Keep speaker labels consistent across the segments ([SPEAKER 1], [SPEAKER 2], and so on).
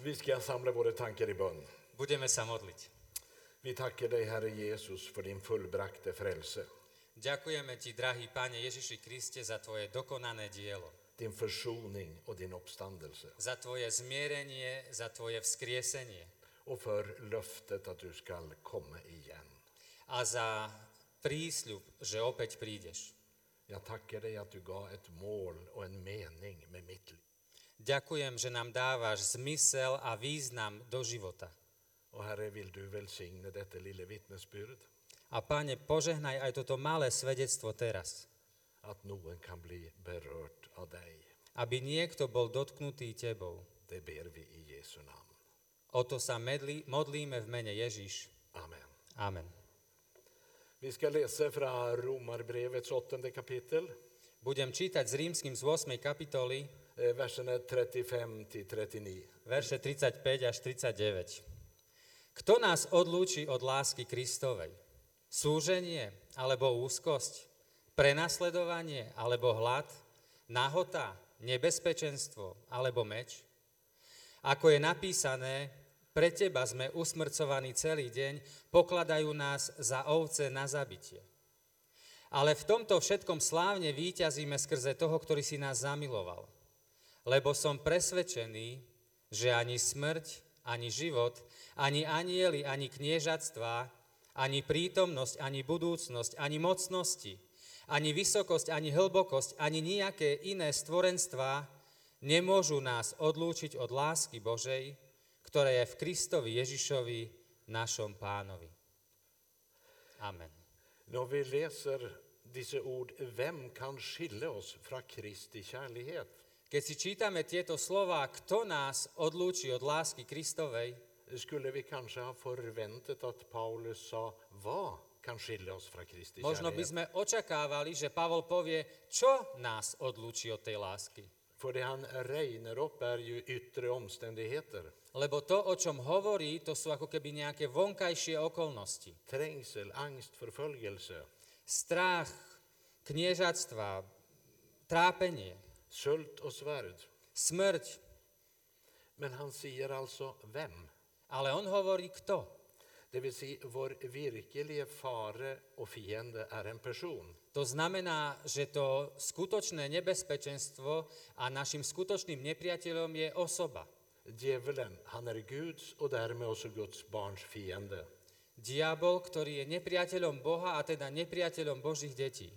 [SPEAKER 1] Vi ska samla våra tankar i bön.
[SPEAKER 2] Budeme sa modliť.
[SPEAKER 1] Vi tackar dig, Herre Jesus, för din fullbrakte frälse,
[SPEAKER 2] Ďakujeme ti, drahý Pane Ježiši Kriste, za tvoje dokonané dielo,
[SPEAKER 1] din försoning och din uppståndelse
[SPEAKER 2] za tvoje zmierenie, za tvoje vzkriesenie
[SPEAKER 1] och för löftet att du skall komma igen.
[SPEAKER 2] a za prísľub, že opäť prídeš.
[SPEAKER 1] Jag tackar dig att du gav ett mål och en mening med mitt liv.
[SPEAKER 2] Ďakujem, že nám dávaš zmysel a význam do života.
[SPEAKER 1] Och Herre, vill du välsigna detta lilla vittnesbörd,
[SPEAKER 2] A Pane, požehnaj aj toto malé svedectvo teraz,
[SPEAKER 1] att någon kan bli berört av dig.
[SPEAKER 2] aby niekto bol dotknutý Tebou.
[SPEAKER 1] Det ber vi i Jesu namn.
[SPEAKER 2] O to sa medli, modlíme v mene Ježiš.
[SPEAKER 1] Amen.
[SPEAKER 2] Amen.
[SPEAKER 1] Vi ska läsa från Romarbrevets åttonde kapitel,
[SPEAKER 2] Budem čítať z rímským z 8. kapitoly,
[SPEAKER 1] eh, verserna 35 till 39.
[SPEAKER 2] verše 35 až 39. Kto nás odlúči od lásky Kristovej? Súženie alebo úzkosť? Prenasledovanie alebo hlad? Nahota? Nebezpečenstvo alebo meč? Ako je napísané, pre teba sme usmrcovaní celý deň, pokladajú nás za ovce na zabitie. Ale v tomto všetkom slávne víťazíme skrze toho, ktorý si nás zamiloval. Lebo som presvedčený, že ani smrť, ani život, ani anieli, ani kniežatstvá, ani prítomnosť, ani budúcnosť, ani mocnosti, ani vysokosť, ani hlbokosť, ani nejaké iné stvorenstvá nemôžu nás odlúčiť od lásky Božej, ktorá je v Kristovi Ježišovi, našom pánovi. Amen.
[SPEAKER 1] När vi läser dessa ord, vem kan skilja oss från Kristi kärlighet?
[SPEAKER 2] Keď si čítame tieto slova, kto nás odlúči od lásky Kristovej,
[SPEAKER 1] Skulle vi kanske ha förväntat att Paulus sa, vad kan skilja oss från Kristi
[SPEAKER 2] možno by
[SPEAKER 1] kärlighet?
[SPEAKER 2] sme očakávali, že Pavol povie, čo nás odlúči od tej lásky.
[SPEAKER 1] För det han räknar upp är ju yttre omständigheter,
[SPEAKER 2] Lebo to, o čom hovorí, to sú ako keby nejaké vonkajšie okolnosti.
[SPEAKER 1] trängsel, angst, förföljelse,
[SPEAKER 2] Strach, kniežatstva, trápenie,
[SPEAKER 1] sult och svärd.
[SPEAKER 2] smrť.
[SPEAKER 1] Men han säger alltså vem?
[SPEAKER 2] Ale on hovorí kto.
[SPEAKER 1] Det vill säga, vår virkelige fare och fiende är en person.
[SPEAKER 2] To znamená, že to skutočné nebezpečenstvo a našim skutočným nepriateľom je osoba.
[SPEAKER 1] Djävulen, han är Guds och därmed också Guds barns fiende.
[SPEAKER 2] Diabol, ktorý je nepriateľom Boha a teda nepriateľom Božích detí.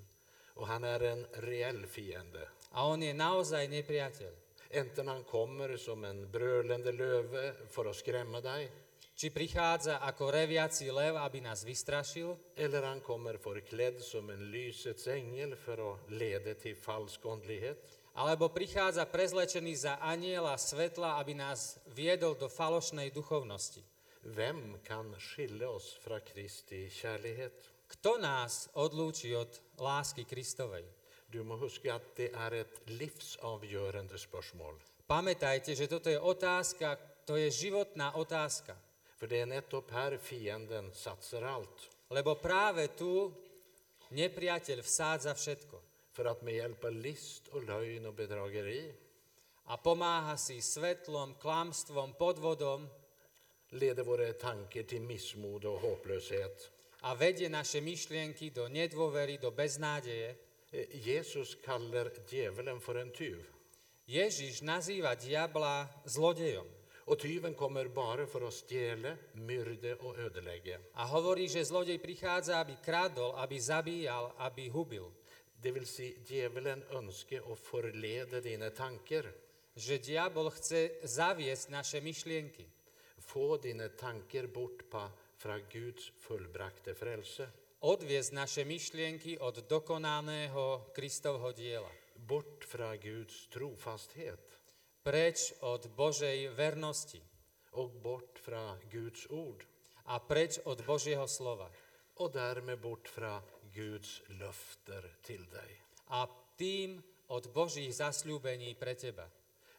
[SPEAKER 1] Och han är en reell fiende.
[SPEAKER 2] A on je naozaj nepriateľ.
[SPEAKER 1] Enten han kommer som en brölande löve för att skrämma dig,
[SPEAKER 2] Či prichádza ako reviaci lev, aby nás vystrašil,
[SPEAKER 1] eller han kommer förklädd som en lysets ängel för att leda till falsk åndlighet.
[SPEAKER 2] alebo prichádza prezlečený za aniela svetla, aby nás viedol do falošnej duchovnosti.
[SPEAKER 1] Vem kan skilja oss från Kristi kärlighet?
[SPEAKER 2] Kto nás odlúči od lásky Kristovej?
[SPEAKER 1] Du må huska att det är ett livsavgörande spörsmål.
[SPEAKER 2] Pamätajte, že toto je otázka, to je životná otázka.
[SPEAKER 1] För det är nettopp här fienden satsar allt
[SPEAKER 2] Lebo práve tu nepriateľ vsádza všetko.
[SPEAKER 1] för att med hjälp av list och lögn och bedrageri
[SPEAKER 2] a pomáha si svetlom, klamstvom, podvodom
[SPEAKER 1] leder våra tankar till missmod och hopplöshet.
[SPEAKER 2] a vedie naše myšlienky do nedôvery, do beznádeje.
[SPEAKER 1] Eh, Jesus kallar djävulen för en tyv.
[SPEAKER 2] Ježiš nazýva diabla zlodejom
[SPEAKER 1] Och tyven kommer bara för att stjäla, myrda och ödelägga.
[SPEAKER 2] a hovorí, že zlodej prichádza, aby kradol, aby zabíjal, aby hubil.
[SPEAKER 1] Det vill säga, djävulen önskar att förleda dina tankar,
[SPEAKER 2] Že diabol chce zaviesť naše myšlienky,
[SPEAKER 1] få dina tankar bort på, från Guds fullbrakte frälse,
[SPEAKER 2] odviesť naše myšlienky od dokonaného Kristovho diela,
[SPEAKER 1] bort från Guds trofasthet
[SPEAKER 2] preč od Božej vernosti
[SPEAKER 1] och bort från Guds ord
[SPEAKER 2] a preč od Božieho slova.
[SPEAKER 1] och därmed bort från Guds löfter till dig.
[SPEAKER 2] a tým od Božích zasľúbení pre teba.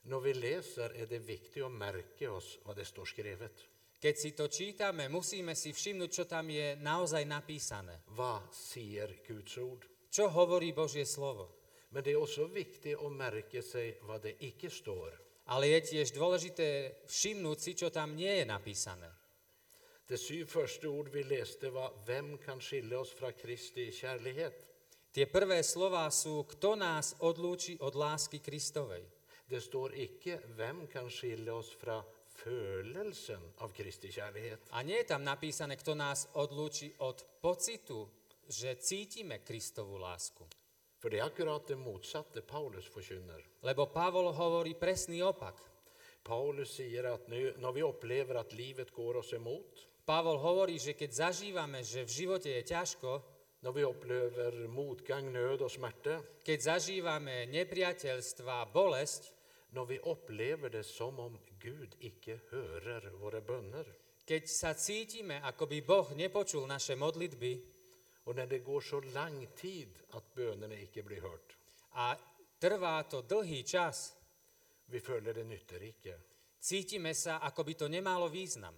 [SPEAKER 1] När vi läser är det viktigt att märka oss vad det står skrivet.
[SPEAKER 2] Keď si to čítame, musíme si všimnúť, čo tam je naozaj napísané.
[SPEAKER 1] Vad säger Guds ord?
[SPEAKER 2] Čo hovorí Božie slovo?
[SPEAKER 1] Men det är också viktigt att märka sig vad det icke står.
[SPEAKER 2] ale je tiež dôležité všimnúť si, čo tam nie je napísané.
[SPEAKER 1] Det syv første ord vi leste var 'Hvem kan skille oss fra Kristi kjærlighet?'
[SPEAKER 2] Tie prvé slova sú, kto nás odlúči od lásky Kristovej.
[SPEAKER 1] Det står ikke 'Hvem kan skille oss fra følelsen av Kristi kjærlighet?'
[SPEAKER 2] A nie je tam napísané, kto nás odlúči od pocitu, že cítime Kristovú lásku.
[SPEAKER 1] For det er akkurat det motsatte Paulus forkynner.
[SPEAKER 2] Lebo Pavol hovorí presný opak.
[SPEAKER 1] Paulus sier at nu, når vi opplever at livet går oss imot,
[SPEAKER 2] Pavol hovorí, že keď zažívame, že v živote je ťažko,
[SPEAKER 1] når vi opplever motgang, nød og smerte,
[SPEAKER 2] keď zažívame nepriateľstva, bolesť,
[SPEAKER 1] når vi opplever det som om Gud ikke hører våre bønner,
[SPEAKER 2] keď sa cítime, ako by Boh nepočul naše modlitby
[SPEAKER 1] og når det går så lang tid at bønene ikke blir hørt,
[SPEAKER 2] a trvá to dlhý čas,
[SPEAKER 1] vi føler det nytter ikke.
[SPEAKER 2] cítime sa, ako by to nemalo význam.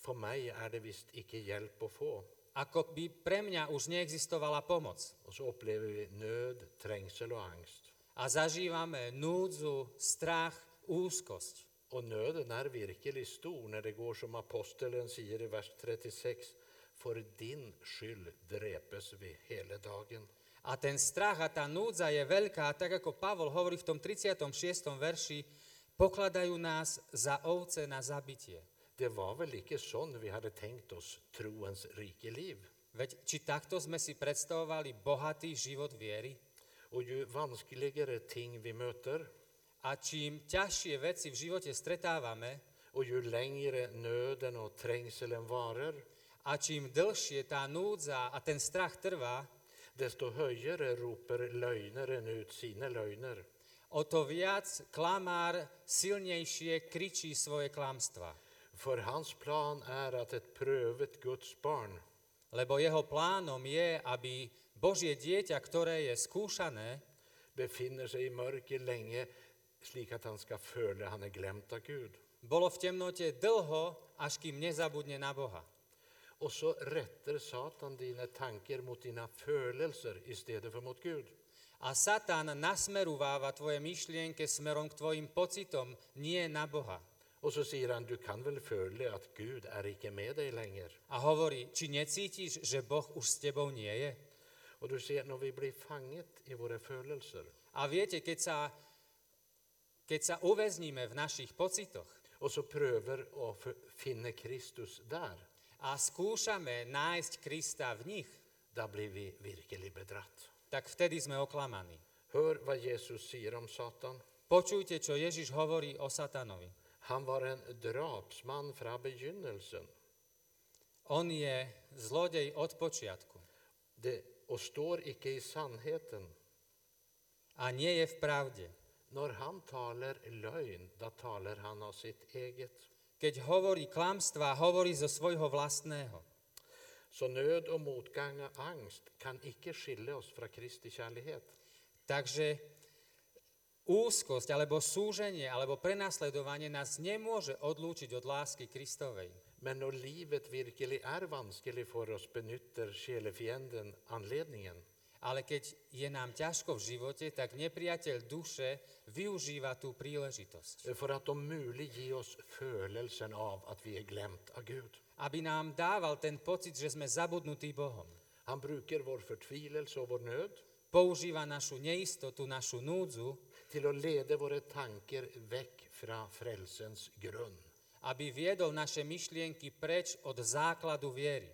[SPEAKER 1] For meg er det visst ikke hjelp å få.
[SPEAKER 2] Ako by pre mňa už neexistovala pomoc.
[SPEAKER 1] Og så opplever vi nød, trengsel og angst.
[SPEAKER 2] A zažívame núdzu, strach, úzkosť.
[SPEAKER 1] Og nøden er virkelig stor når det går som apostelen sier i vers 36, for din skyld drepes vi hele dagen.
[SPEAKER 2] A ten strach a tá núdza je veľká, tak ako Pavol hovorí v tom 36. verši, pokladajú nás za ovce na zabitie.
[SPEAKER 1] Det var vel ikke sånn vi hadde tenkt oss troens rike liv.
[SPEAKER 2] Veď či takto sme si predstavovali bohatý život viery?
[SPEAKER 1] Og jo vanskeligere ting vi møter,
[SPEAKER 2] A čím ťažšie veci v živote stretávame
[SPEAKER 1] og jo lengre nøden og trengselen varer,
[SPEAKER 2] a čím dlhšie tá núdza a ten strach trvá,
[SPEAKER 1] desto høyere roper løgneren ut sine løgner.
[SPEAKER 2] o to viac klamár silnejšie kričí svoje klamstva.
[SPEAKER 1] For hans plan er at et prøvet Guds barn
[SPEAKER 2] Lebo jeho plánom je, aby Božie dieťa, ktoré je skúšané,
[SPEAKER 1] befinner seg i mørket lenge, slik at han skal føle han er glemt av Gud.
[SPEAKER 2] bolo v temnote dlho, až kým nezabudne na Boha.
[SPEAKER 1] Og så retter Satan dine tanker mot dine følelser i stedet for mot Gud.
[SPEAKER 2] A Satan nasmeruváva tvoje myšlienke smerom k tvojim pocitom, nie na Boha.
[SPEAKER 1] Og så sier han, du kan vel føle at Gud er ikke med deg lenger.
[SPEAKER 2] A hovorí, či necítiš, že Boh už s tebou nie je?
[SPEAKER 1] Og du ser, når vi blir fanget i våre følelser,
[SPEAKER 2] A viete, keď sa, keď sa uväzníme v našich pocitoch
[SPEAKER 1] og så prøver å f- finne Kristus der,
[SPEAKER 2] a skúšame nájsť Krista v nich,
[SPEAKER 1] da blir vi virkelig bedratt.
[SPEAKER 2] tak vtedy sme oklamaní.
[SPEAKER 1] Hør hva Jesus sier om Satan.
[SPEAKER 2] Počujte, čo Ježiš hovorí o Satanovi.
[SPEAKER 1] Han var en drapsmann fra begynnelsen.
[SPEAKER 2] On je zlodej od počiatku
[SPEAKER 1] det, og står ikke i sannheten.
[SPEAKER 2] a nie je v pravde.
[SPEAKER 1] Når han taler løgn, da taler han av sitt eget.
[SPEAKER 2] Keď hovorí klamstva, hovorí zo svojho vlastného.
[SPEAKER 1] Så nød og motgang og angst kan ikke skille oss fra Kristi kjærlighet.
[SPEAKER 2] Takže úzkosť, alebo súženie, alebo prenasledovanie nás nemôže odlúčiť od lásky Kristovej.
[SPEAKER 1] Men når livet virkelig er vanskelig for oss, benytter sjelefienden anledningen.
[SPEAKER 2] Ale keď je nám ťažko v živote, tak nepriateľ duše využíva tú príležitosť,
[SPEAKER 1] For at om mulig gi oss følelsen av at vi er glemt av Gud.
[SPEAKER 2] aby nám dával ten pocit, že sme zabudnutí Bohom.
[SPEAKER 1] Han bruker vår fortvilelse og vår nød
[SPEAKER 2] Používa našu neistotu, našu núdzu,
[SPEAKER 1] til å lede våre tanker vekk fra frelsens grunn.
[SPEAKER 2] aby viedol naše myšlienky preč od základu viery,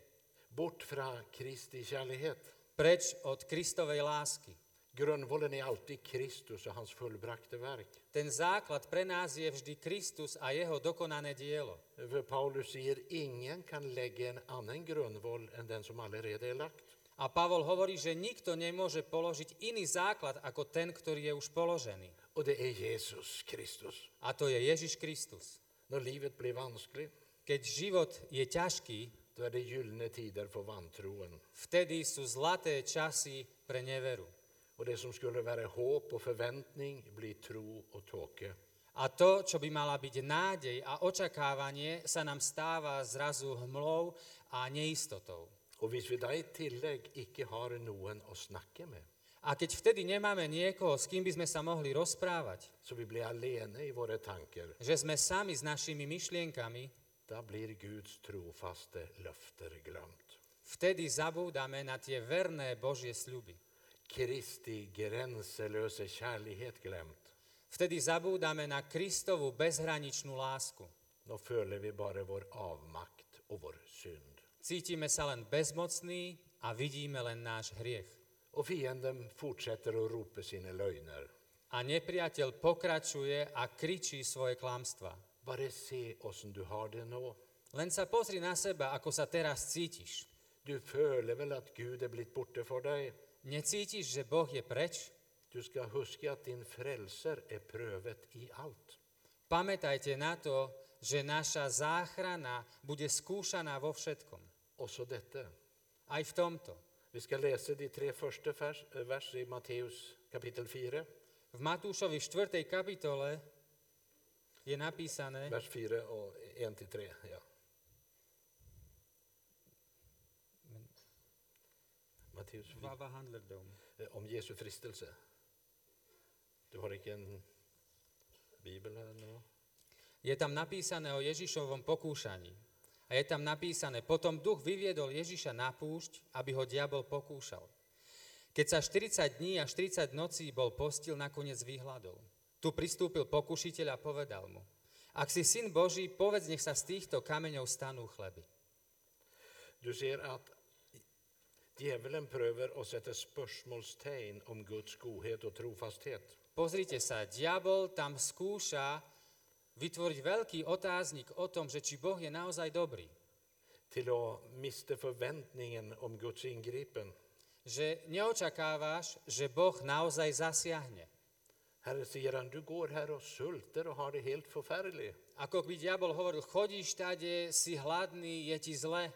[SPEAKER 1] Bort fra Kristi kjærlighet.
[SPEAKER 2] preč od Kristovej lásky.
[SPEAKER 1] Grunnvollen är alltid Kristus och hans fullbrakte verk.
[SPEAKER 2] Ten základ pre nás je vždy Kristus a jeho dokonané dielo.
[SPEAKER 1] För Paulus säger ingen kan lägga en annan grundvoll än den som allerede är lagt.
[SPEAKER 2] A Pavol hovorí, že nikto nemôže položiť iný základ ako ten, ktorý je už položený.
[SPEAKER 1] Och det är Jesus Kristus.
[SPEAKER 2] A to je Ježiš Kristus.
[SPEAKER 1] När livet blir vanskligt,
[SPEAKER 2] Keď život je ťažký,
[SPEAKER 1] då är det gyllene tider för vantroen.
[SPEAKER 2] vtedy sú zlaté časy pre neveru.
[SPEAKER 1] Och det som skulle vara hopp och förväntning blir tro och tåke.
[SPEAKER 2] A to, čo by mala byť nádej a očakávanie, sa nám stáva zrazu hmlou a neistotou.
[SPEAKER 1] Och hvis vi da i tillägg icke har någon att snacka med,
[SPEAKER 2] A A keď vtedy nemáme niekoho, s kým by sme sa mohli rozprávať,
[SPEAKER 1] så vi blir alene i våra tankar,
[SPEAKER 2] že sme sami s našimi myšlienkami,
[SPEAKER 1] då blir Guds trofaste löfter glömt.
[SPEAKER 2] vtedy zabúdame na tie verné Božie sľuby.
[SPEAKER 1] Kristi gränselösa kärlighet glömt.
[SPEAKER 2] Vtedy zabúdame na Kristovu bezhraničnú lásku.
[SPEAKER 1] Då följer vi bara vår avmakt och vår synd.
[SPEAKER 2] Cítime sa len bezmocný a vidíme len náš hriech.
[SPEAKER 1] Och fienden fortsätter att ropa sina lögner.
[SPEAKER 2] A nepriateľ pokračuje a kričí svoje klamstvá.
[SPEAKER 1] Bara se oss som du har det nå.
[SPEAKER 2] Len sa pozri na seba, ako sa teraz cítiš.
[SPEAKER 1] Du följer väl att Gud är blivit borta för dig?
[SPEAKER 2] Necítiš, že Boh je preč?
[SPEAKER 1] Du ska huska att din frälser är prövet i allt.
[SPEAKER 2] Pamätajte na to, že naša záchrana bude skúšaná vo všetkom.
[SPEAKER 1] Och så detta.
[SPEAKER 2] Aj v tomto.
[SPEAKER 1] Vi ska läsa de tre första vers, eh, vers i Matteus kapitel 4,
[SPEAKER 2] V Matúšovi 4. kapitole je napísané,
[SPEAKER 1] vers 4 och 1-3. Ja. Matteus 4,
[SPEAKER 2] Vad handlar det om?
[SPEAKER 1] eh, om Jesu fristelse. Du har inte en bibel här? Nå?
[SPEAKER 2] Je tam napísané o Ježišovom pokúšaní. A je tam napísané, potom duch vyviedol Ježiša na púšť, aby ho diabol pokúšal. Keď sa 40 dní a 40 nocí bol postil, nakoniec vyhľadol. Tu pristúpil pokušiteľ a povedal mu, ak si syn Boží, povedz, nech sa z týchto kameňov stanú chleby.
[SPEAKER 1] Du ser att djävulen pröver och sätter spörsmålstecken om Guds godhet och trofasthet.
[SPEAKER 2] Pozrite sa, diabol tam skúša vytvoriť veľký otáznik o tom, že či Boh je naozaj dobrý.
[SPEAKER 1] Till att mista förväntningen om Guds ingripen.
[SPEAKER 2] Že neočakávaš, že Boh naozaj zasiahne.
[SPEAKER 1] Herre, säger han, du går här och sulter och har det helt förfärligt.
[SPEAKER 2] Ako by diabol hovoril, chodíš tade, si hladný, je ti zle.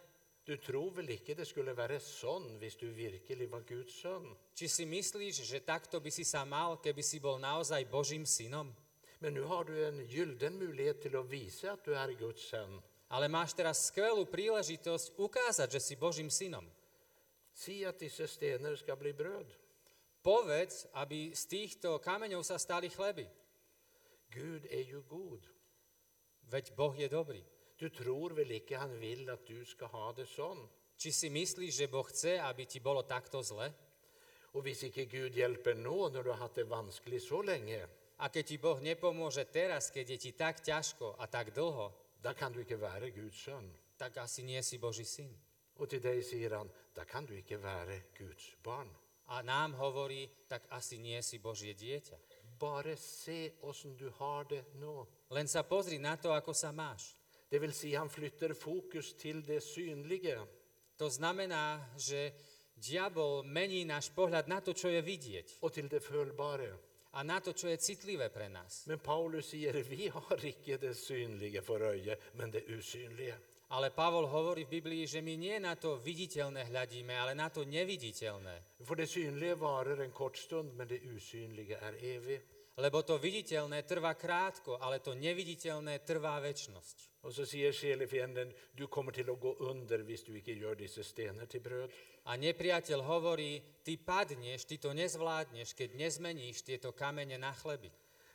[SPEAKER 1] Du tror väl inte det skulle vara sån hvis du virkelig var Guds son?
[SPEAKER 2] Či si myslíš, že takto by si sa mal, keby si bol naozaj Božím synom?
[SPEAKER 1] Men nu har du en gylden möjlighet till att visa att du är Guds son.
[SPEAKER 2] Ale máš teraz skvelú príležitosť ukázať, že si Božím synom.
[SPEAKER 1] Si att dessa stenar ska bli bröd.
[SPEAKER 2] Povedz, aby z týchto kameňov sa stali chleby.
[SPEAKER 1] Gud är ju god.
[SPEAKER 2] Veď Boh je dobrý.
[SPEAKER 1] Du tror väl inte han vill att du ska ha det sån?
[SPEAKER 2] Či si myslíš, že Boh chce, aby ti bolo takto zle?
[SPEAKER 1] Och hvis inte Gud hjälper nå när du har haft det vanskligt så länge,
[SPEAKER 2] A keď ti Boh nepomôže teraz, keď je ti tak ťažko a tak dlho,
[SPEAKER 1] då kan du inte vara Guds son.
[SPEAKER 2] tak asi nie si Boží syn.
[SPEAKER 1] Och till dig säger han, då kan du inte vara Guds barn.
[SPEAKER 2] A nám hovorí, tak asi nie si Božie dieťa.
[SPEAKER 1] Bara se oss som du har det nå.
[SPEAKER 2] Len sa pozri na to, ako sa máš.
[SPEAKER 1] Det vill säga han flyttar fokus till det synliga.
[SPEAKER 2] To znamená, že diabol mení náš pohľad na to, čo je vidieť
[SPEAKER 1] och till det följbara.
[SPEAKER 2] a na to, čo je citlivé pre nás.
[SPEAKER 1] Men Paulus säger, vi har icke det synliga för öje, men det usynliga.
[SPEAKER 2] Ale Pavol hovorí v Biblii, že my nie na to viditeľné hľadíme, ale na to neviditeľné.
[SPEAKER 1] För det synliga varar en kort stund, men det usynliga är evigt.
[SPEAKER 2] Lebo to viditeľné trvá krátko, ale to neviditeľné trvá väčnosť.
[SPEAKER 1] Och så säger själefienden, du kommer till att gå under om du inte gör dessa stenar till bröd.
[SPEAKER 2] A nepriateľ hovorí, ty padneš, ty to nezvládneš, keď nezmeníš tieto kamene na chleby.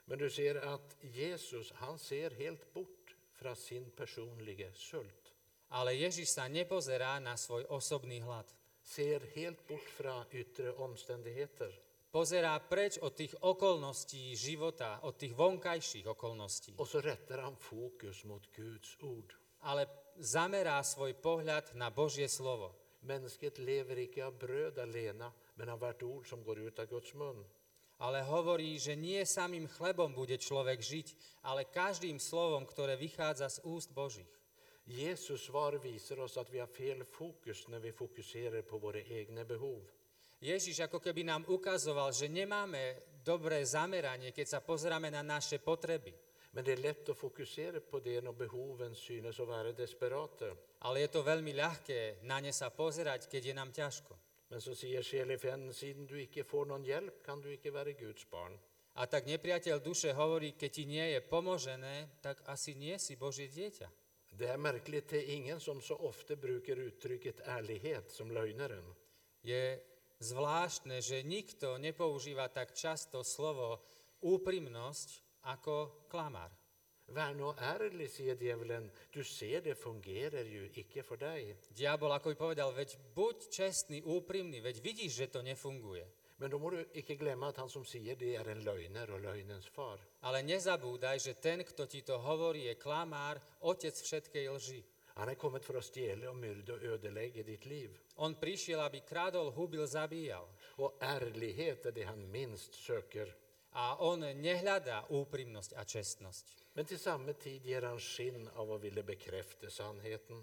[SPEAKER 1] Men du ser att Jesus, han ser helt bort från sin personliga sult.
[SPEAKER 2] Ale Ježiš sa nepozerá na svoj osobný hlad.
[SPEAKER 1] Ser helt bort från yttre omständigheter
[SPEAKER 2] Pozerá preč od tých okolností života, od tých vonkajších okolností,
[SPEAKER 1] och så rättar han fokus mot Guds ord.
[SPEAKER 2] ale zamerá svoj pohľad na Božie slovo.
[SPEAKER 1] Människet lever icke av bröd alena, men av vart ord som går ut av Guds mun.
[SPEAKER 2] Ale hovorí, že nie samým chlebom bude človek žiť, ale každým slovom, ktoré vychádza z úst Božích.
[SPEAKER 1] Jesus svar visar oss att vi har fel fokus när vi fokuserar på våra egna behov.
[SPEAKER 2] Ježiš ako keby nám ukazoval, že nemáme dobré zameranie, keď sa pozeráme na naše potreby.
[SPEAKER 1] Men det är lätt att fokusera på det när behoven synes att vara desperata.
[SPEAKER 2] Ale je to veľmi ľahké na ne sa pozerať, keď je nám ťažko.
[SPEAKER 1] Men så säger själefienden, siden du icke får någon hjälp kan du icke vara Guds barn.
[SPEAKER 2] A tak nepriateľ duše hovorí, keď ti nie je pomožené, tak asi nie si Božie dieťa.
[SPEAKER 1] Det är märkligt, det är ingen som så ofta brukar uttrycket ärlighet som lögnaren.
[SPEAKER 2] Je zvláštne, že nikto nepoužíva tak často slovo úprimnosť ako klamar.
[SPEAKER 1] Vær nå ærlig, sier djevelen. Du ser det fungerer jo ikke for deg.
[SPEAKER 2] Diabol, ako by povedal, veď buď čestný, úprimný, veď vidíš, že to nefunguje.
[SPEAKER 1] Men då må du ikke glemme at han som sier det, er en løgner og løgnens far.
[SPEAKER 2] Ale nezabúdaj, že ten, kto ti to hovorí, je klamár, otec všetkej lži.
[SPEAKER 1] Han er kommet for å stjele og myrde og ødelegge ditt liv.
[SPEAKER 2] On prišiel, aby kradol, hubil, zabíjal.
[SPEAKER 1] Og ærlighet er det han minst søker.
[SPEAKER 2] A on nehľadá úprimnosť a čestnosť.
[SPEAKER 1] Men til samme tid gir han skinn av å ville bekrefte sannheten.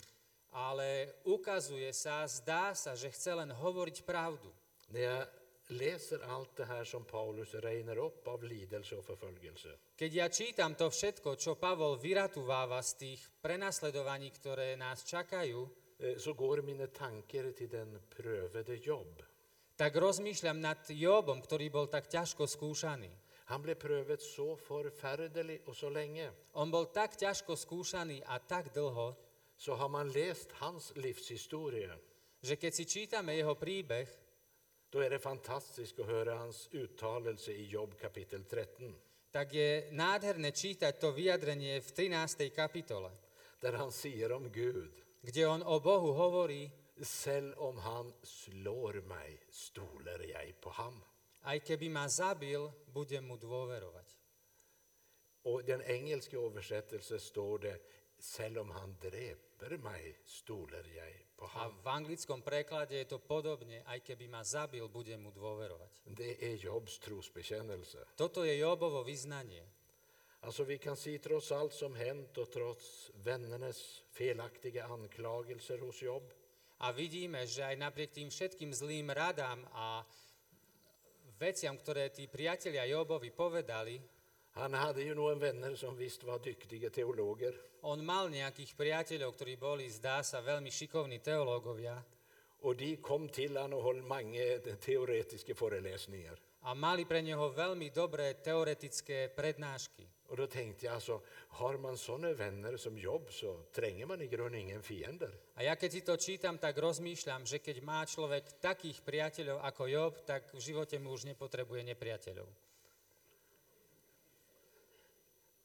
[SPEAKER 2] Ale ukazuje sa, zdá sa, že chce len hovoriť pravdu.
[SPEAKER 1] När jag läser allt det här som Paulus regner upp av lidelse och förföljelse,
[SPEAKER 2] Keď ja čítam to všetko, čo Pavol vyratuváva z tých prenasledovaní, ktoré nás čakajú,
[SPEAKER 1] eh, så går mina tankar till den prövade Jobb.
[SPEAKER 2] tak rozmýšľam nad Jobom, ktorý bol tak ťažko skúšaný.
[SPEAKER 1] Han blev prövad så förfärdeligt och så länge,
[SPEAKER 2] On bol tak ťažko skúšaný a tak dlho,
[SPEAKER 1] så har man läst hans livshistoria.
[SPEAKER 2] že keď si čítame jeho príbeh,
[SPEAKER 1] Då är det fantastiskt att höra hans uttalelse i Jobb kapitel 13,
[SPEAKER 2] tak je nádherné čítať to vyjadrenie v 13. kapitole,
[SPEAKER 1] där han säger om Gud,
[SPEAKER 2] kde on o Bohu hovorí,
[SPEAKER 1] Säll om han slår mig stoler jag på ham.
[SPEAKER 2] aj keby ma zabil, budem mu dôverovať.
[SPEAKER 1] Och den engelska översättelsen står det, Säll om han dräper mig stoler jag på
[SPEAKER 2] A
[SPEAKER 1] ham.
[SPEAKER 2] v anglickom preklade je to podobne, aj keby ma zabil, budem mu dôverovať.
[SPEAKER 1] Det är Jobs trosbekännelse.
[SPEAKER 2] Toto je Jobovo vyznanie.
[SPEAKER 1] Alltså vi kan se trots allt som hänt och trots vännernas felaktiga anklagelser hos Jobb,
[SPEAKER 2] A vidíme, že aj napriek tým všetkým zlým radám a veciam, ktoré tí priatelia Jobovi povedali,
[SPEAKER 1] han hade ju några vänner som visst var dyktiga teologer,
[SPEAKER 2] on mal nejakých priateľov, ktorí boli, zdá sa, veľmi šikovní teológovia
[SPEAKER 1] Och de kom till han och höll många teoretiska föreläsningar.
[SPEAKER 2] a mali pre neho veľmi dobré teoretické prednášky.
[SPEAKER 1] Och då tänkte jag alltså, har man sådana vänner som Jobb så tränger man i grunden ingen fiender.
[SPEAKER 2] A ja keď si to čítam, tak rozmýšľam, že keď má človek takých priateľov ako Job, tak v živote mu už nepotrebuje nepriateľov.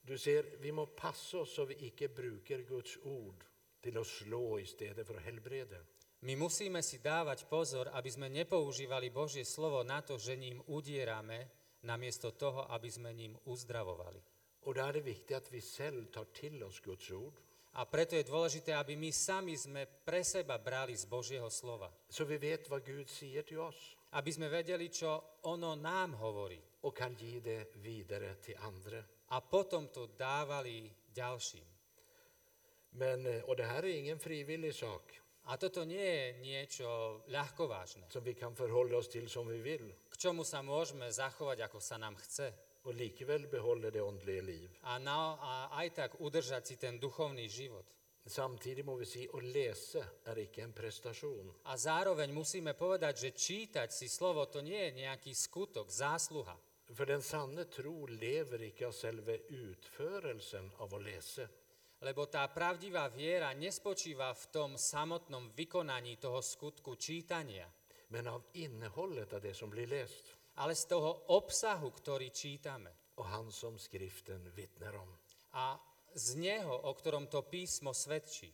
[SPEAKER 1] Du ser, vi må passa oss så vi icke brukar Guds ord till att slå istället för att helbreda.
[SPEAKER 2] My musíme si dávať pozor, aby sme nepoužívali Božie slovo na to, že ním udierame, namiesto toho, aby sme ním uzdravovali.
[SPEAKER 1] Och då är det viktigt att vi själv tar till oss Guds ord
[SPEAKER 2] A preto je dôležité, aby my sami sme pre seba brali z Božieho slova.
[SPEAKER 1] så vi vet vad Gud säger till oss
[SPEAKER 2] Aby sme vedeli, čo ono nám hovorí.
[SPEAKER 1] och kan ge det vidare till andra.
[SPEAKER 2] A potom to dávali ďalším.
[SPEAKER 1] Men, eh, och det här är ingen frivillig sak
[SPEAKER 2] A toto nie je niečo ľahkovážne,
[SPEAKER 1] som vi kan förhålla oss till som vi vill
[SPEAKER 2] k čomu sa môžeme zachovať, ako sa nám chce.
[SPEAKER 1] och likväl behålla det andliga liv.
[SPEAKER 2] A, na, a aj tak udržať si ten duchovný život.
[SPEAKER 1] Samtidig må vi si å lese er ikke en prestasjon.
[SPEAKER 2] A zároveň musíme povedať, že čítať si slovo to nie je nejaký skutok, zásluha.
[SPEAKER 1] For den sanne tro lever ikke av selve utførelsen av å lese,
[SPEAKER 2] Lebo tá pravdivá viera nespočíva v tom samotnom vykonaní toho skutku čítania,
[SPEAKER 1] men av innehållet av det som blir lest,
[SPEAKER 2] ale z toho obsahu, ktorý čítame.
[SPEAKER 1] og han som Skriften vitner om.
[SPEAKER 2] A z neho, o ktorom to písmo svedčí.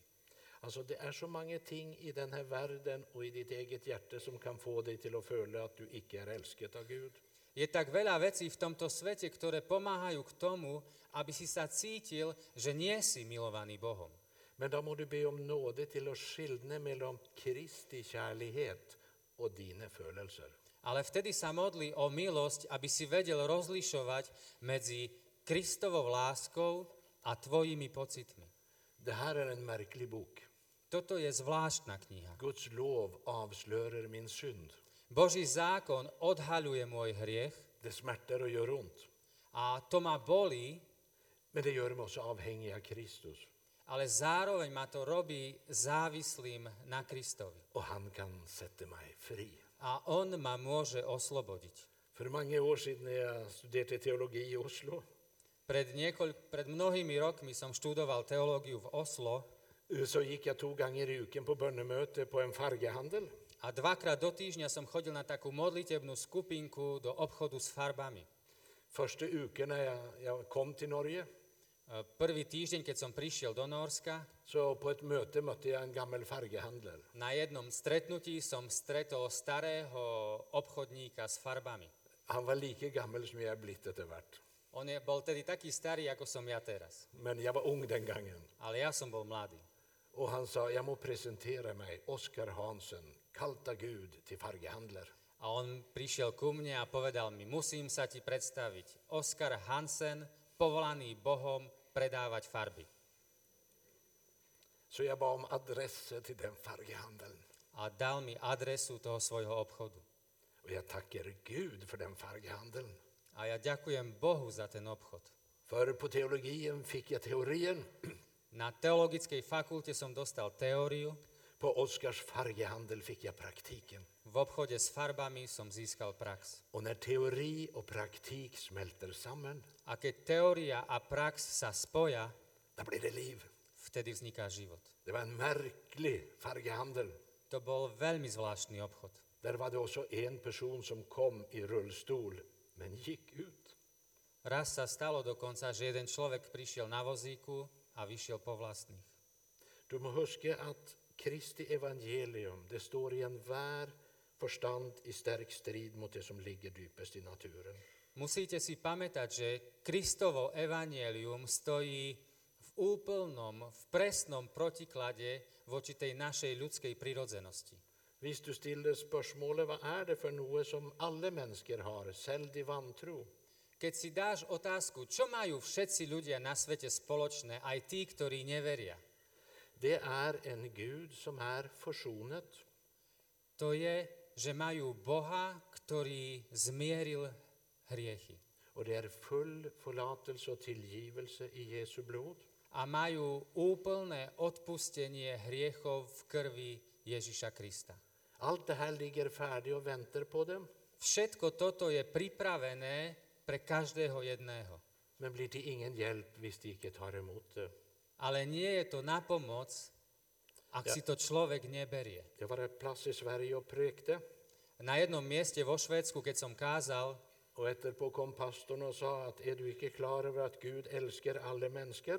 [SPEAKER 1] Altså, Alltså, Det er så mange ting i denne verden og i ditt eget hjerte som kan få deg til å føle at du ikke er elsket av Gud.
[SPEAKER 2] Je tak veľa vecí v tomto svete, ktoré pomáhajú k tomu, aby si sa cítil, že nie si milovaný Bohom.
[SPEAKER 1] Men da må du be om nåde til å skilne mellom Kristi kjærlighet og dine følelser.
[SPEAKER 2] Ale vtedy sa modlí o milosť, aby si vedel rozlišovať medzi Kristovou láskou a tvojimi pocitmi.
[SPEAKER 1] Det her er en merkelig bok.
[SPEAKER 2] Toto je zvláštna kniha.
[SPEAKER 1] Guds lov avslörar min synd.
[SPEAKER 2] Boží zákon odhaľuje môj hriech
[SPEAKER 1] Det smärtar och gör ont.
[SPEAKER 2] a to ma bolí,
[SPEAKER 1] Men det gör mig också avhängig av Kristus.
[SPEAKER 2] ale zároveň ma to robí závislým na Kristovi.
[SPEAKER 1] Och han kan sätta mig fri.
[SPEAKER 2] A on ma môže oslobodiť.
[SPEAKER 1] För många år sedan när jag studerade teologi i Oslo
[SPEAKER 2] Pred, niekoľ, pred mnohými rokmi som študoval teológiu v Oslo
[SPEAKER 1] eh, så gick jag två gånger i uken på bönemöte på en fargehandel.
[SPEAKER 2] A dvakrát do týždňa som chodil na takú modlitebnú skupinku do obchodu s farbami.
[SPEAKER 1] Første uken när jag, jag kom till Norge,
[SPEAKER 2] E, Prvý týždeň, keď som prišiel do Norska,
[SPEAKER 1] så på ett möte mötte jag en gammal färghandlare.
[SPEAKER 2] na jednom stretnutí som stretol starého obchodníka s farbami.
[SPEAKER 1] Han var lika gammal som jag har blivit efter vart.
[SPEAKER 2] On je, bol tedy taký starý, ako som ja teraz.
[SPEAKER 1] Men jag var ung den gången.
[SPEAKER 2] Ale ja som bol mladý.
[SPEAKER 1] Och han sa, jag må presentera mig, Oskar Hansen, kalta Gud till färghandlare.
[SPEAKER 2] A on prišiel ku mne a povedal mi, musím sa ti predstaviť. Oskar Hansen, povolaný Bohom predávať farby.
[SPEAKER 1] Så jag bad om adresser till den färghandeln.
[SPEAKER 2] A dal mi adresu toho svojho obchodu.
[SPEAKER 1] Och jag tackar Gud för den färghandeln.
[SPEAKER 2] A ja ďakujem Bohu za ten obchod.
[SPEAKER 1] För på teologin fick jag teorien,
[SPEAKER 2] Na teologickej fakulte som dostal teóriu,
[SPEAKER 1] på Oskars färghandel fick jag praktiken.
[SPEAKER 2] v obchode s farbami som získal prax.
[SPEAKER 1] Och när teori och praktik smälter samman,
[SPEAKER 2] A keď teória a prax sa spoja,
[SPEAKER 1] då blir det liv.
[SPEAKER 2] vtedy vzniká život.
[SPEAKER 1] Det var en märklig färghandel.
[SPEAKER 2] To bol veľmi zvláštny obchod.
[SPEAKER 1] Där var det också en person som kom i rullstol, men gick ut.
[SPEAKER 2] Raz sa stalo dokonca, že jeden človek prišiel na vozíku a vyšiel po vlastných.
[SPEAKER 1] Du må huska att Kristi evangelium, det står i enhver förstand i stark strid mot det som ligger djupast i naturen.
[SPEAKER 2] Musíte si pamätať, že Kristovo evanielium stojí v úplnom, v presnom protiklade voči tej našej ľudskej prirodzenosti.
[SPEAKER 1] Hvis du stiller spørsmålet hva er det for noe som alle mennesker har, selv de vantro,
[SPEAKER 2] Keď si dáš otázku, čo majú všetci ľudia na svete spoločné, aj tí, ktorí neveria,
[SPEAKER 1] det er en Gud som er forsonet,
[SPEAKER 2] to je, že majú Boha, ktorý zmieril hriechy.
[SPEAKER 1] og det er full forlatelse og tilgivelse i Jesu blod.
[SPEAKER 2] A majú úplné odpustenie hriechov v krvi Ježiša Krista.
[SPEAKER 1] Alt det her ligger ferdig og venter på dem,
[SPEAKER 2] Všetko toto je pripravené pre každého jedného.
[SPEAKER 1] men blir til ingen hjelp hvis de ikke tar imot det.
[SPEAKER 2] Ale nie je to na pomoc, ak
[SPEAKER 1] Ja.
[SPEAKER 2] si to človek neberie.
[SPEAKER 1] Det var en plass i Sverige og prekte,
[SPEAKER 2] Na jednom mieste vo Švédsku, keď som kázal,
[SPEAKER 1] og etterpå kom pastoren og sa at er du ikke klar over at Gud elsker alle mennesker?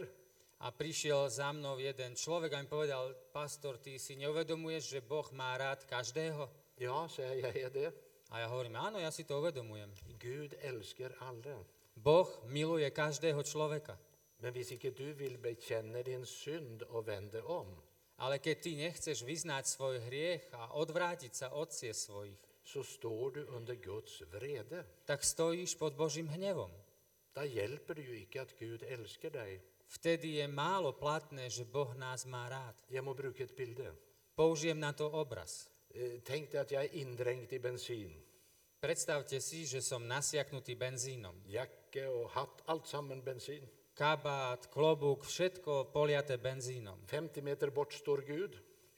[SPEAKER 2] A prišiel za mnou jeden človek a mi povedal, pastor, ty si neuvedomuješ, že Boh má rád každého?
[SPEAKER 1] Ja, sa jeg, jeg er det.
[SPEAKER 2] A ja hovorím, áno, ja si to uvedomujem.
[SPEAKER 1] Gud elsker alle.
[SPEAKER 2] Boh miluje každého človeka.
[SPEAKER 1] Men hvis ikke du vil bekjenne din synd og vende om,
[SPEAKER 2] Ale keď ty nechceš vyznať svoj hriech a odvrátiť sa od ciest svojich,
[SPEAKER 1] så står du under Guds vrede.
[SPEAKER 2] tak stojíš pod Božím hnevom.
[SPEAKER 1] Da hjelper det jo ikke at Gud elsker deg.
[SPEAKER 2] Vtedy je málo platné, že Boh nás má rád.
[SPEAKER 1] Jeg må bruke et bilde.
[SPEAKER 2] Použijem na to obraz.
[SPEAKER 1] Eh, Tenk deg at jeg er inndrengt i bensin.
[SPEAKER 2] Predstavte si, že som nasiaknutý benzínom.
[SPEAKER 1] Jakke og hatt, alt sammen bensin.
[SPEAKER 2] Kabát, klobúk, všetko poliate benzínom.
[SPEAKER 1] 50 meter bort står Gud.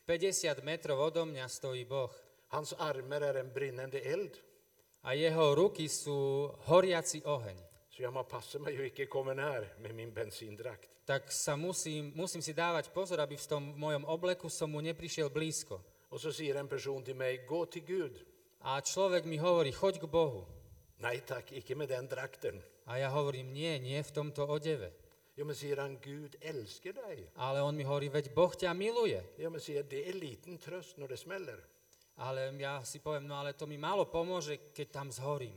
[SPEAKER 2] 50 metrov odo mňa stojí Boh
[SPEAKER 1] Hans armer er en brinnende eld,
[SPEAKER 2] a jeho ruky sú horiaci oheň.
[SPEAKER 1] så jeg må passe meg å ikke komme nær med min bensindrakt.
[SPEAKER 2] Tak sa musím, musím si dávať pozor, aby v tom mojom obleku som mu neprišiel blízko.
[SPEAKER 1] Og så sier en person til meg, 'Gå til Gud'.
[SPEAKER 2] A človek mi hovorí, choď k Bohu.
[SPEAKER 1] Nei takk, ikke med den drakten.
[SPEAKER 2] A ja hovorím, nie, nie v tomto odeve.
[SPEAKER 1] Jo, men sier han, 'Gud elsker deg'.
[SPEAKER 2] Ale on mi hovorí, veď Boh ťa miluje.
[SPEAKER 1] Ja, men sier, det er liten trøst når det smeller.
[SPEAKER 2] Ale ja si poviem, no ale to mi málo pomôže, keď tam zhorím.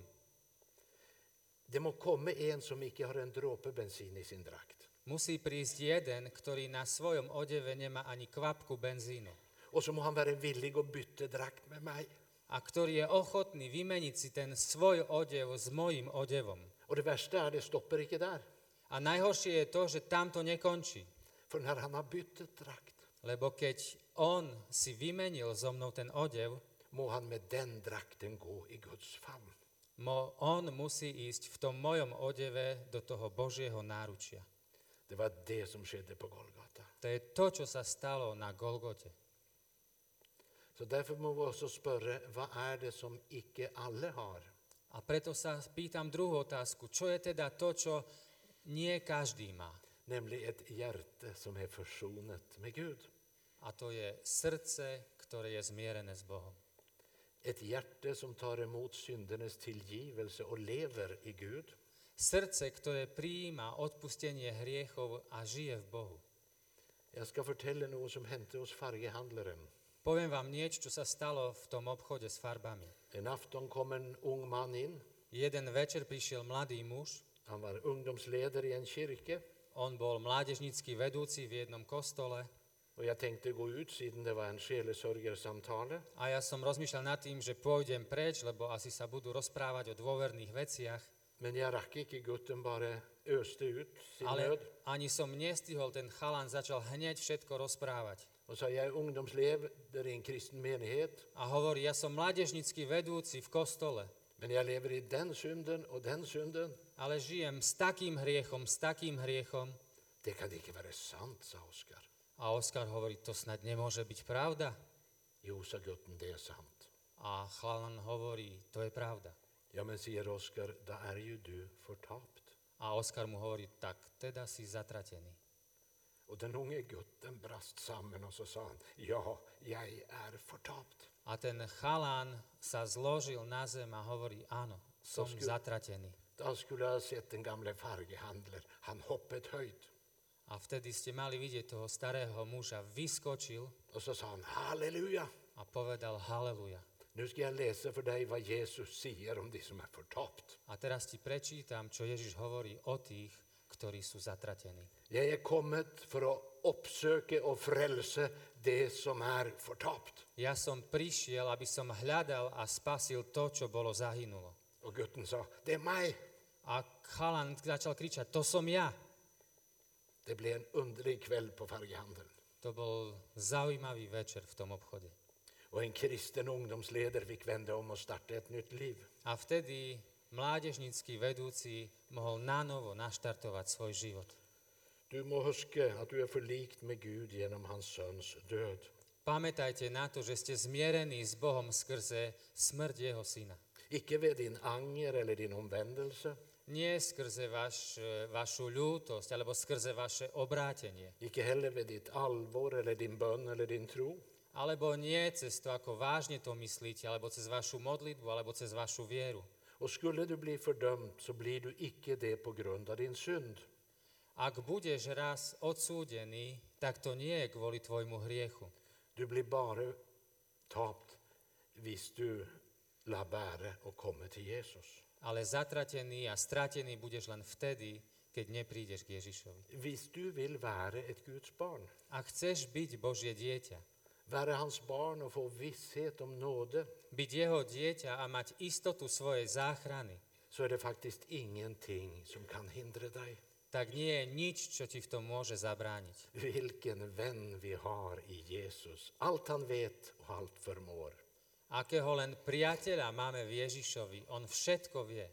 [SPEAKER 1] Det må komme en som ikke har en dråpe bensin i sin drakt.
[SPEAKER 2] Musí prísť jeden, ktorý na svojom odeve nemá ani kvapku benzínu
[SPEAKER 1] Og så må han være villig å bytte drakt med meg.
[SPEAKER 2] a ktorý je ochotný vymeniť si ten svoj odev s mojim odevom.
[SPEAKER 1] Og det verste er, det stopper ikke der.
[SPEAKER 2] A najhoršie je to, že tam to nekončí.
[SPEAKER 1] For når han har byttet drakt,
[SPEAKER 2] Lebo keď on si vymenil so mnou ten odev,
[SPEAKER 1] må han med den drakten gå i Guds famn.
[SPEAKER 2] mo, on musí ísť v tom mojom odeve do toho Božieho náručia.
[SPEAKER 1] Det var det som skedde på Golgata.
[SPEAKER 2] To je to, čo sa stalo na Golgote.
[SPEAKER 1] Så derfor må vi også spørre, hva er det som ikke alle har?
[SPEAKER 2] A preto sa pýtam druhú otázku. Čo je teda to, čo nie každý má?
[SPEAKER 1] Nemlig et hjerte som er forsonet med Gud.
[SPEAKER 2] A to je srdce, ktoré je zmierené s Bohom.
[SPEAKER 1] Ett hjärte som tar emot syndernas tillgivelse och lever i Gud.
[SPEAKER 2] Srdce, ktoré prijíma odpustenie hriechov a žije v Bohu.
[SPEAKER 1] Jag ska fortälla något som hände hos färghandlaren.
[SPEAKER 2] Poviem vám niečo, čo sa stalo v tom obchode s farbami.
[SPEAKER 1] En afton kom en ung man in.
[SPEAKER 2] Jeden večer prišiel mladý muž,
[SPEAKER 1] Han var ungdomsledare i en kyrka.
[SPEAKER 2] on bol mládežnícky vedúci v jednom kostole
[SPEAKER 1] Och jag tänkte gå ut siden det var en själesörjersamtale.
[SPEAKER 2] a ja som rozmýšľal nad tým, že pôjdem preč, lebo asi sa budú rozprávať o dôverných veciach,
[SPEAKER 1] Men jag rack icke gutten bara öste ut sin
[SPEAKER 2] ale
[SPEAKER 1] nöd
[SPEAKER 2] ani som nestihol, ten chalan začal hneď všetko rozprávať.
[SPEAKER 1] och sa jag är ungdomsledare i en kristen menighet.
[SPEAKER 2] A hovorí, ja som mládežnícky vedúci v kostole,
[SPEAKER 1] Men jag lever i den synden och den synden.
[SPEAKER 2] ale žijem s takým hriechom, s takým hriechom.
[SPEAKER 1] Det kan inte vara sant, sa Oskar.
[SPEAKER 2] A Oskar hovorí, to snad nemôže byť pravda.
[SPEAKER 1] Jo, sa gutten, det är sant.
[SPEAKER 2] A chalan hovorí, to je pravda.
[SPEAKER 1] Ja, men säger Oskar, då är ju du förtapt.
[SPEAKER 2] A Oskar mu hovorí, tak teda si zatratený.
[SPEAKER 1] Och den unge gutten brast samman och så sa han, ja, jag är förtapt.
[SPEAKER 2] A ten chalán sa zložil na zem a hovorí, áno, som
[SPEAKER 1] Trošku-
[SPEAKER 2] zatratený.
[SPEAKER 1] Då skulle jag ha sett den gamle fargehandlern. Han hoppet höjt.
[SPEAKER 2] A vtedy ste mali vidieť toho starého muža, vyskočil
[SPEAKER 1] Och så sa han, halleluja,
[SPEAKER 2] a povedal haleluja.
[SPEAKER 1] nu ska jag läsa för dig vad Jesus säger om de som är förtapt.
[SPEAKER 2] A teraz ti prečítam, čo Ježiš hovorí o tých, ktorí sú zatratení.
[SPEAKER 1] Jag är kommet för att uppsöka och frälsa det som är förtapt.
[SPEAKER 2] Ja som prišiel, aby som hľadal a spasil to, čo bolo zahynulo.
[SPEAKER 1] Och gutten sa, det är mig.
[SPEAKER 2] A chalan začal kričať, to som ja.
[SPEAKER 1] Det blev en underlig kväll på färghandeln.
[SPEAKER 2] To bol zaujímavý večer v tom obchode.
[SPEAKER 1] Och en kristen ungdomsledare fick vända om och starta ett nytt liv.
[SPEAKER 2] A vtedy mládežnícky vedúci mohol nanovo naštartovať svoj život.
[SPEAKER 1] Du må huske att du är förlikt med Gud genom hans sons död.
[SPEAKER 2] Pamätajte na to, že ste zmierení s Bohom skrze smrť Jeho Syna.
[SPEAKER 1] Icke vid din anger eller din omvändelse,
[SPEAKER 2] Nie skrze vaš, e, vašu ľútosť alebo skrze vaše obrátenie.
[SPEAKER 1] icke heller vid ditt allvar eller din bön eller din tro,
[SPEAKER 2] Alebo nie cez to, ako vážne to myslíte, alebo cez vašu modlitbu, alebo cez vašu vieru.
[SPEAKER 1] Och skulle du bli fördömd så blir du icke det på grund av din synd,
[SPEAKER 2] Ak budeš raz odsúdený, tak to nie je kvôli tvojmu hriechu.
[SPEAKER 1] Du blir bare tapt hvis du lar være å komme til Jesus.
[SPEAKER 2] Ale zatratený a stratený budeš len vtedy, keď neprídeš k Ježišovi.
[SPEAKER 1] Hvis du vil være et Guds barn,
[SPEAKER 2] Ak chceš byť Božie dieťa,
[SPEAKER 1] være hans barn og få visshet om nåde,
[SPEAKER 2] byť Jeho dieťa a mať istotu svojej záchrany,
[SPEAKER 1] så er det faktisk ingenting som kan hindre deg.
[SPEAKER 2] tak nie je nič, čo ti v tom môže zabrániť.
[SPEAKER 1] Hvilken venn vi har i Jesus. Alt han vet og alt formår.
[SPEAKER 2] Akého len priateľa máme v Ježišovi, on všetko vie.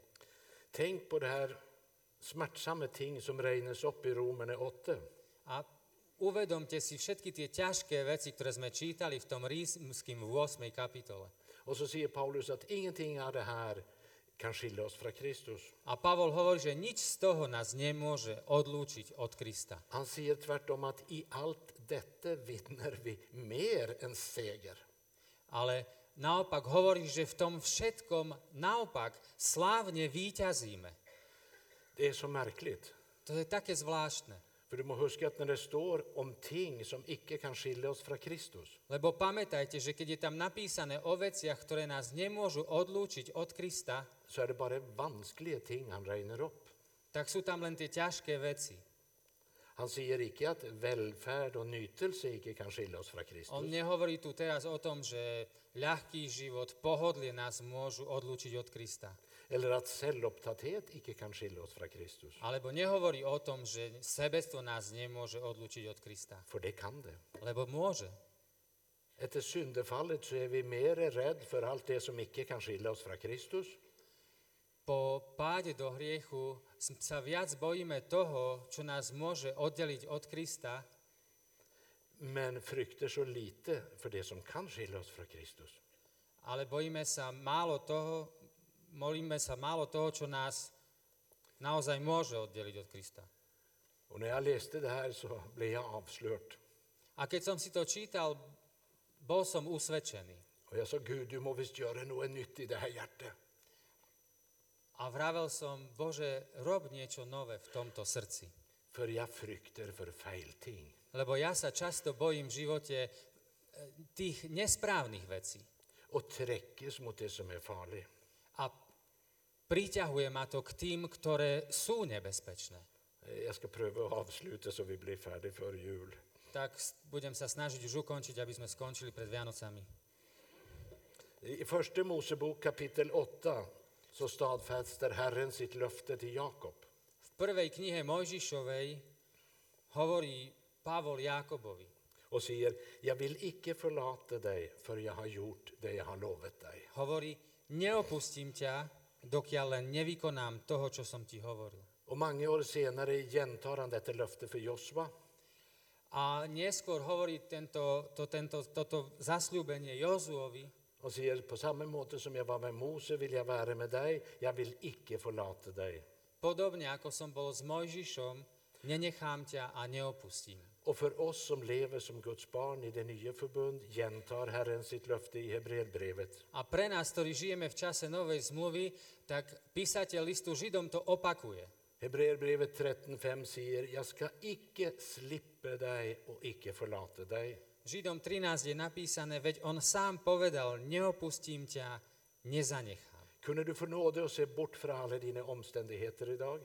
[SPEAKER 1] Tenk på det her smertsomme ting som regnes opp i Romerne 8.
[SPEAKER 2] A uvedomte si všetky tie ťažké veci, ktoré sme čítali v tom rímskym v 8. kapitole.
[SPEAKER 1] Og så sier Paulus at ingenting av det her kan skille oss fra Kristus.
[SPEAKER 2] A Pavol hovorí, že nič z toho nás nemôže odlúčiť od Krista.
[SPEAKER 1] Han säger tvärtom att i allt detta vinner vi mer än seger.
[SPEAKER 2] Ale naopak hovorí, že v tom všetkom naopak slávne výťazíme.
[SPEAKER 1] Det är så märkligt.
[SPEAKER 2] To je také zvláštne.
[SPEAKER 1] För du må huska att när det står om ting som icke kan skilja oss från Kristus,
[SPEAKER 2] Lebo pamätajte, že keď je tam napísané o veciach, ktoré nás nemôžu odlúčiť od Krista,
[SPEAKER 1] så är det bara vanskliga ting han regner upp.
[SPEAKER 2] tak sú tam len tie ťažké veci.
[SPEAKER 1] Han säger icke att välfärd och nytelse icke kan skilja oss från
[SPEAKER 2] On
[SPEAKER 1] Kristus.
[SPEAKER 2] nehovorí tu teraz o tom, že ľahký život, pohodlie nás môžu odlúčiť od Krista.
[SPEAKER 1] Eller att självupptatthet icke kan skilja oss från Kristus.
[SPEAKER 2] Alebo nehovorí o tom, že sebectvo nás nemôže odlúčiť od Krista.
[SPEAKER 1] För det kan det.
[SPEAKER 2] Lebo môže.
[SPEAKER 1] Efter syndefallet så är vi mer rädd för allt det som icke kan skilja oss från Kristus
[SPEAKER 2] Po páde do hriechu s- sa viac bojíme toho, čo nás môže oddeliť od Krista,
[SPEAKER 1] men frykter så lite för det som kan skilja oss från Kristus.
[SPEAKER 2] ale bojíme sa málo toho, molíme sa málo toho, čo nás naozaj môže oddeliť od Krista.
[SPEAKER 1] Och när jag läste det här så blev jag avslört.
[SPEAKER 2] A keď som si to čítal, bol som usvedčený.
[SPEAKER 1] Och Och jag sa, Gud, du må visst göra något nytt i det här hjärtat.
[SPEAKER 2] A vravel som, Bože, rob niečo nové v tomto srdci.
[SPEAKER 1] För jag frykter för fel ting.
[SPEAKER 2] Lebo ja sa často bojím v živote eh, tých nesprávnych vecí.
[SPEAKER 1] Och träckes mot det som är farligt.
[SPEAKER 2] A priťahuje ma to k tým, ktoré sú nebezpečné.
[SPEAKER 1] Eh, Jag ska pröva att avsluta så vi blir färdiga före jul.
[SPEAKER 2] Tak s- budem sa snažiť už ukončiť, aby sme skončili pred Vianocami.
[SPEAKER 1] I första Mosebok kapitel 8 så stadfäster Herren sitt löfte till Jakob.
[SPEAKER 2] V prvej knihe Mojžišovej hovorí Pavol Jákobovi.
[SPEAKER 1] och säger jag vill icke förlata dig för jag har gjort det jag har lovat dig.
[SPEAKER 2] Hovorí, neopustím ťa, dokiaľ len nevykonám toho, čo som ti hovoril.
[SPEAKER 1] Och många år senare gentar han detta löfte för Josua
[SPEAKER 2] A neskôr hovorí tento, to, tento, toto zasľúbenie Jozuovi,
[SPEAKER 1] och säger på samma måte som jag var med Mose vill jag vara med dig, jag vill icke förlata dig.
[SPEAKER 2] podobne ako som bol s Mojžišom, nenechám ťa a neopustím.
[SPEAKER 1] Och för oss som lever som Guds barn i det nya förbund gentar Herren sitt löfte i Hebreerbrevet.
[SPEAKER 2] A pre nás, ktorí žijeme v čase novej zmluvy, tak písateľ listu Židom to opakuje.
[SPEAKER 1] Hebreerbrevet 13.5 säger jag ska icke slippa dig och icke förlata dig.
[SPEAKER 2] Židom 13 je napísané, veď on sám povedal, neopustím ťa, nezanechám.
[SPEAKER 1] Kunde du få nåde och se bort från alla dina omständigheter idag?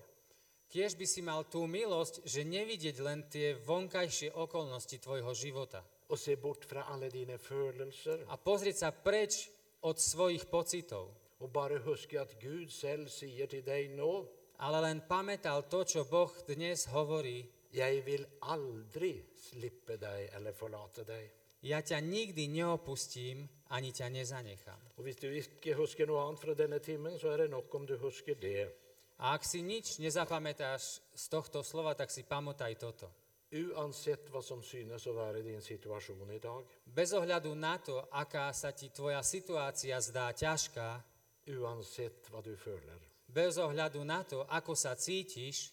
[SPEAKER 2] Kiež by si mal tú milosť, že nevidieť len tie vonkajšie okolnosti tvojho života
[SPEAKER 1] och se bort från alla dina födelser
[SPEAKER 2] a pozrieť sa preč od svojich pocitov,
[SPEAKER 1] och bara huska att Gud själv säger till dig nå,
[SPEAKER 2] ale len pamätal to, čo Boh dnes hovorí,
[SPEAKER 1] jag vill aldrig slippa dig eller förlata dig.
[SPEAKER 2] ja ťa nikdy neopustím ani ťa nezanechám.
[SPEAKER 1] Och hvis du inte huskar något annat från denna timmen så är det nog om du huskar det.
[SPEAKER 2] A ak si nič nezapamätáš z tohto slova, tak si pamätaj toto.
[SPEAKER 1] Oavsett vad som synes att vara din situation idag,
[SPEAKER 2] Bez ohľadu na to, aká sa ti tvoja situácia zdá ťažká,
[SPEAKER 1] oavsett vad du följer.
[SPEAKER 2] bez ohľadu na to, ako sa cítiš,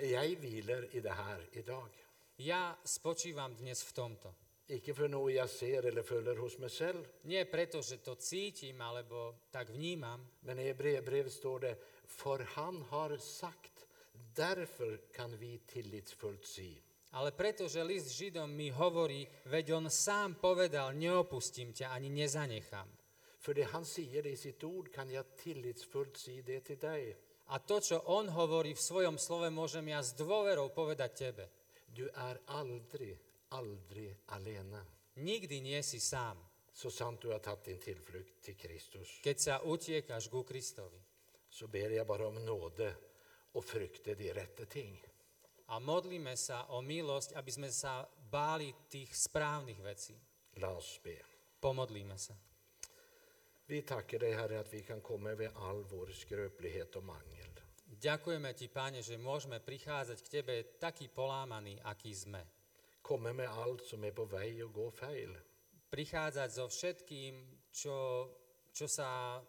[SPEAKER 1] Jag vilar i det här idag.
[SPEAKER 2] ja spočívam dnes v tomto.
[SPEAKER 1] Icke för något jag ser eller följer hos mig själv,
[SPEAKER 2] Nie preto, že to cítim alebo tak vnímam,
[SPEAKER 1] Men i Hebreerbrevet står det, för han har sagt, därför kan vi tillitsfullt se.
[SPEAKER 2] ale preto, že list Židom mi hovorí, veď on sám povedal, neopustím ťa ani nezanechám.
[SPEAKER 1] För det han säger i sitt ord kan jag tillitsfullt se det till dig.
[SPEAKER 2] A to, čo on hovorí v svojom slove, môžem ja s dôverou povedať tebe.
[SPEAKER 1] Du är aldrig, aldrig alena.
[SPEAKER 2] Nikdy nie si sám,
[SPEAKER 1] Så sant du har tagit din tillflykt till Kristus
[SPEAKER 2] keď sa utiekáš ku Kristovi.
[SPEAKER 1] så ber jag bara om nåde och frukte de rätta ting.
[SPEAKER 2] A modlíme sa o milosť, aby sme sa báli tých správnych vecí.
[SPEAKER 1] Låt oss be.
[SPEAKER 2] Pomodlíme sa.
[SPEAKER 1] Vi tackar dig Herre att vi kan komma över all vår skröplighet och mangel.
[SPEAKER 2] Ďakujeme ti, Pane, že môžeme prichádzať k tebe taký polámaný, aký sme.
[SPEAKER 1] Komma med allt som är på väg att gå fel.
[SPEAKER 2] Prichádzať so všetkým, čo, čo, sa,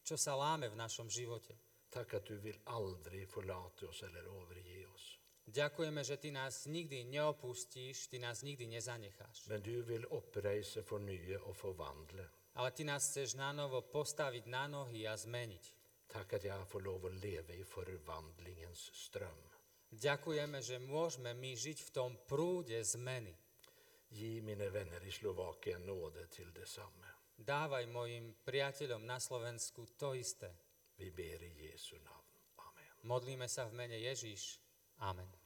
[SPEAKER 2] čo sa láme v našom živote.
[SPEAKER 1] Tack att du vill aldrig förlata oss eller överge oss.
[SPEAKER 2] Ďakujeme, že ty nás nikdy neopustíš, ty nás nikdy nezanecháš.
[SPEAKER 1] Men du vill upprejsa, förnya och förvandla.
[SPEAKER 2] Ale ty nás chceš na novo postaviť na nohy a zmeniť.
[SPEAKER 1] Tack att jag får lov att leva i förvandlingens ström.
[SPEAKER 2] Ďakujeme, že môžeme my žiť v tom prúde zmeny.
[SPEAKER 1] Ge mina vänner i Slovakien nåde till detsamma.
[SPEAKER 2] Dávaj mojim priateľom na Slovensku to isté.
[SPEAKER 1] Vi ber i Jesu namn. Amen.
[SPEAKER 2] Modlíme sa v mene Ježiš. Amen.